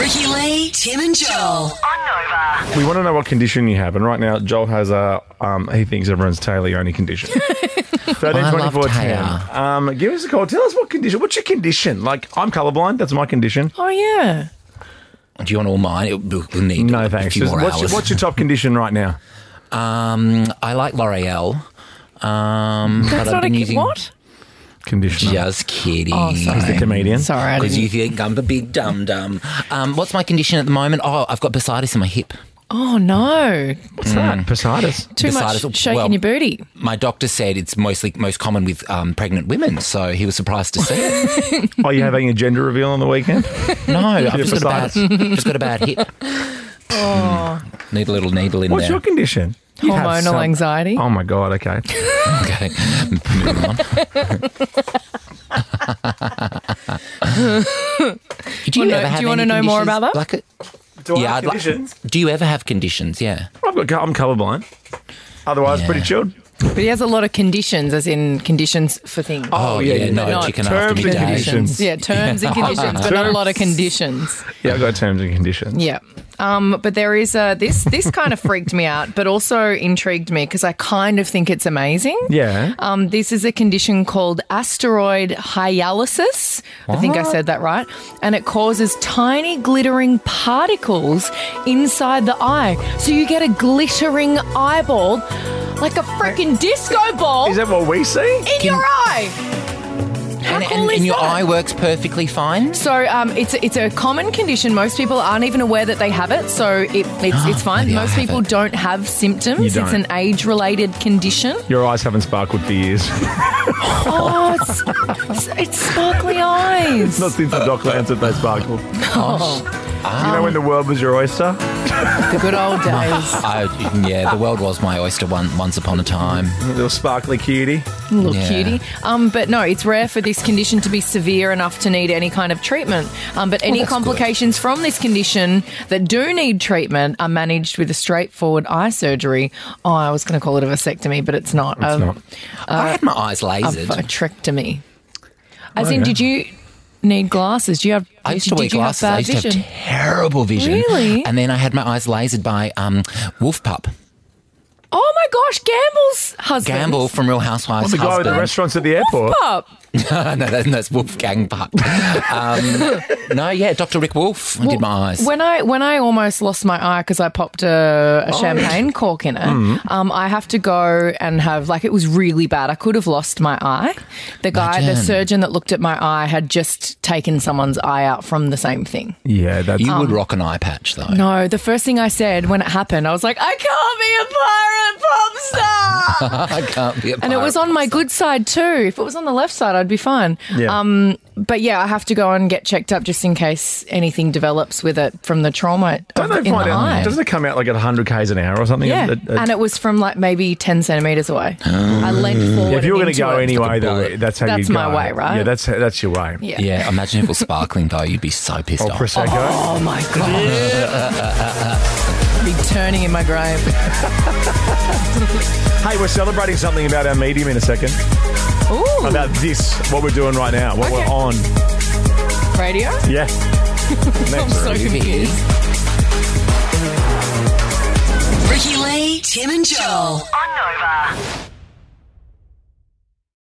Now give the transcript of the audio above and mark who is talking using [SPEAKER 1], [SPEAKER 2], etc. [SPEAKER 1] Mackey, Tim, and Joel. On Nova.
[SPEAKER 2] We want to know what condition you have, and right now Joel has a um, he thinks everyone's tail only condition. Thirteen
[SPEAKER 3] I
[SPEAKER 2] twenty
[SPEAKER 3] love
[SPEAKER 2] four ten.
[SPEAKER 3] Taylor.
[SPEAKER 2] Um, give us a call. Tell us what condition. What's your condition? Like I'm colorblind. That's my condition.
[SPEAKER 4] Oh, yeah.
[SPEAKER 3] Do you want all mine? It, we'll we'll need
[SPEAKER 2] No
[SPEAKER 3] a
[SPEAKER 2] thanks.
[SPEAKER 3] few
[SPEAKER 2] Just
[SPEAKER 3] more
[SPEAKER 2] what's, your,
[SPEAKER 3] hours.
[SPEAKER 2] what's your top condition right now?
[SPEAKER 3] um, I like L'Oreal. Um,
[SPEAKER 4] That's
[SPEAKER 3] but I've
[SPEAKER 4] not a
[SPEAKER 3] been
[SPEAKER 4] kid.
[SPEAKER 3] using
[SPEAKER 4] What?
[SPEAKER 2] Conditioner.
[SPEAKER 3] Just kidding.
[SPEAKER 4] Oh, sorry.
[SPEAKER 2] He's the comedian.
[SPEAKER 4] Sorry. I
[SPEAKER 3] Because
[SPEAKER 4] didn't-
[SPEAKER 3] you think I'm a big dum dum. Um, what's my condition at the moment? Oh, I've got bursitis in my hip.
[SPEAKER 4] oh, no.
[SPEAKER 2] What's that? Positis.
[SPEAKER 4] Too much
[SPEAKER 3] Decided-
[SPEAKER 4] shaking
[SPEAKER 3] well-
[SPEAKER 4] your booty.
[SPEAKER 3] My doctor said it's mostly most common with um, pregnant women, so he was surprised to see it.
[SPEAKER 2] Are you having a gender reveal on the weekend?
[SPEAKER 3] No, I've just got, a bad,
[SPEAKER 2] bursitis.
[SPEAKER 3] just got a bad hip. Mm.
[SPEAKER 4] Oh,
[SPEAKER 3] Need a little needle in
[SPEAKER 2] What's
[SPEAKER 3] there.
[SPEAKER 2] your condition? You have
[SPEAKER 4] Hormonal
[SPEAKER 2] some-
[SPEAKER 4] anxiety.
[SPEAKER 2] Oh my god. Okay.
[SPEAKER 3] Okay, moving on. do you
[SPEAKER 4] Well, no,
[SPEAKER 3] ever
[SPEAKER 4] do
[SPEAKER 3] have
[SPEAKER 4] you wanna
[SPEAKER 3] any
[SPEAKER 4] know more
[SPEAKER 3] conditions
[SPEAKER 4] about that?
[SPEAKER 3] Like it?
[SPEAKER 2] Do I
[SPEAKER 3] Yeah,
[SPEAKER 2] have
[SPEAKER 3] I'd like-
[SPEAKER 2] conditions?
[SPEAKER 3] Do you ever have conditions? Yeah.
[SPEAKER 2] I've got. co- I'm colorblind. Otherwise,
[SPEAKER 3] Yeah.
[SPEAKER 2] pretty chilled.
[SPEAKER 4] but he has a lot of conditions, as in conditions for things.
[SPEAKER 3] Oh, yeah,
[SPEAKER 2] yeah,
[SPEAKER 3] no,
[SPEAKER 4] no,
[SPEAKER 3] chicken after
[SPEAKER 2] terms and
[SPEAKER 3] midday.
[SPEAKER 2] conditions.
[SPEAKER 4] Yeah, terms and conditions, but not a lot of
[SPEAKER 2] Terms.
[SPEAKER 4] conditions.
[SPEAKER 2] Yeah, I've got terms and conditions.
[SPEAKER 4] Yeah. Um, but there is a this this kind of freaked me out, but also intrigued me because I kind of think it's amazing.
[SPEAKER 2] Yeah.
[SPEAKER 4] Um, this is a condition called asteroid hyalusis. I think I said that right. And it causes tiny glittering particles inside the eye. So you get a glittering eyeball, like a freaking disco ball
[SPEAKER 2] Is that what we see?
[SPEAKER 4] in your eye. How
[SPEAKER 3] And,
[SPEAKER 4] cool
[SPEAKER 3] and,
[SPEAKER 4] is
[SPEAKER 3] and your
[SPEAKER 4] that?
[SPEAKER 3] eye works perfectly fine.
[SPEAKER 4] So um, it's it's a common condition. Most people aren't even aware that they have it, so it, it's it's fine.
[SPEAKER 3] Maybe I
[SPEAKER 4] Most
[SPEAKER 3] have
[SPEAKER 4] people
[SPEAKER 3] it.
[SPEAKER 4] don't have symptoms.
[SPEAKER 2] You
[SPEAKER 4] It's
[SPEAKER 2] don't.
[SPEAKER 4] an age related condition.
[SPEAKER 2] Your eyes haven't sparkled for years.
[SPEAKER 4] Oh, it's, it's, it's sparkly eyes.
[SPEAKER 2] Not since the Docklands have they sparkled.
[SPEAKER 4] Oh.
[SPEAKER 2] You know when the world was your oyster?
[SPEAKER 4] the good old days.
[SPEAKER 3] I, yeah, the world was my oyster one, once upon a time.
[SPEAKER 2] Little sparkly cutie.
[SPEAKER 4] Little
[SPEAKER 3] Yeah.
[SPEAKER 4] cutie. Um, but no, it's rare for this condition to be severe enough to need any kind of treatment. Um, but any
[SPEAKER 3] that's good.
[SPEAKER 4] complications from this condition that do need treatment are managed with a straightforward eye surgery. Oh, I was going to call it a vasectomy, but it's not.
[SPEAKER 2] It's
[SPEAKER 4] Um,
[SPEAKER 2] not.
[SPEAKER 3] I had my eyes
[SPEAKER 4] Uh,
[SPEAKER 3] lasered.
[SPEAKER 4] a trectomy. As in, did you need glasses? Do you have?
[SPEAKER 3] I used to
[SPEAKER 4] did
[SPEAKER 3] wear
[SPEAKER 4] you have
[SPEAKER 3] glasses. I used
[SPEAKER 4] bad
[SPEAKER 3] to
[SPEAKER 4] vision?
[SPEAKER 3] have terrible vision.
[SPEAKER 4] Really?
[SPEAKER 3] And then I had my eyes lasered by um, Wolf Pup
[SPEAKER 4] oh my gosh, Gamble's husband.
[SPEAKER 3] Gamble from Real Housewives.
[SPEAKER 2] The guy with
[SPEAKER 3] husband.
[SPEAKER 2] the restaurants at the airport.
[SPEAKER 4] Up.
[SPEAKER 3] no, that's, that's Wolfgang Pup. um, no, yeah, Dr. Rick Wolf did my eyes.
[SPEAKER 4] When I when I almost lost my eye because I popped a,
[SPEAKER 2] Oh.
[SPEAKER 4] a champagne cork in it,
[SPEAKER 2] Mm-hmm.
[SPEAKER 4] um, I have to go and have like it was really bad. I could have lost my eye. The guy, the
[SPEAKER 3] Imagine.
[SPEAKER 4] surgeon that looked at my eye, had just taken someone's eye out from the same thing.
[SPEAKER 2] Yeah, that's.
[SPEAKER 3] you would rock an eye patch, though.
[SPEAKER 4] oh. No, the first thing I said when it happened, I was like, I can't be a pirate pop star.
[SPEAKER 3] I can't be a
[SPEAKER 4] And it was on my good side too. If it was on the left side, I'd be fine.
[SPEAKER 2] Yeah.
[SPEAKER 4] Um, but yeah, I have to go and get checked up just in case anything develops with it from the trauma
[SPEAKER 2] Don't
[SPEAKER 4] of-
[SPEAKER 2] they
[SPEAKER 4] in
[SPEAKER 2] find
[SPEAKER 4] the
[SPEAKER 2] out?
[SPEAKER 4] eye.
[SPEAKER 2] Doesn't it come out like at 100 k's an hour or something?
[SPEAKER 4] yeah,
[SPEAKER 2] It- it-
[SPEAKER 4] and it was from like maybe ten centimeters away. I leant forward.
[SPEAKER 2] Ah. if you were going
[SPEAKER 4] going
[SPEAKER 2] to go anyway, though,
[SPEAKER 3] bullet.
[SPEAKER 2] that's how
[SPEAKER 4] That's
[SPEAKER 2] you go.
[SPEAKER 4] my way, right?
[SPEAKER 2] Yeah, that's that's your way.
[SPEAKER 4] yeah.
[SPEAKER 3] Yeah, imagine if it was sparkling, though. You'd be so pissed
[SPEAKER 2] Or
[SPEAKER 3] off.
[SPEAKER 2] prosecco.
[SPEAKER 4] Oh my god! I'd be turning in my grave.
[SPEAKER 2] Hey, we're celebrating something about our medium in a second.
[SPEAKER 4] Ooh,
[SPEAKER 2] About this, what we're doing right now, what we're
[SPEAKER 4] Okay.
[SPEAKER 2] on.
[SPEAKER 4] radio.
[SPEAKER 2] Yeah.
[SPEAKER 4] I'm so confused.
[SPEAKER 1] Ricky Lee, Tim, and Joel. On Nova.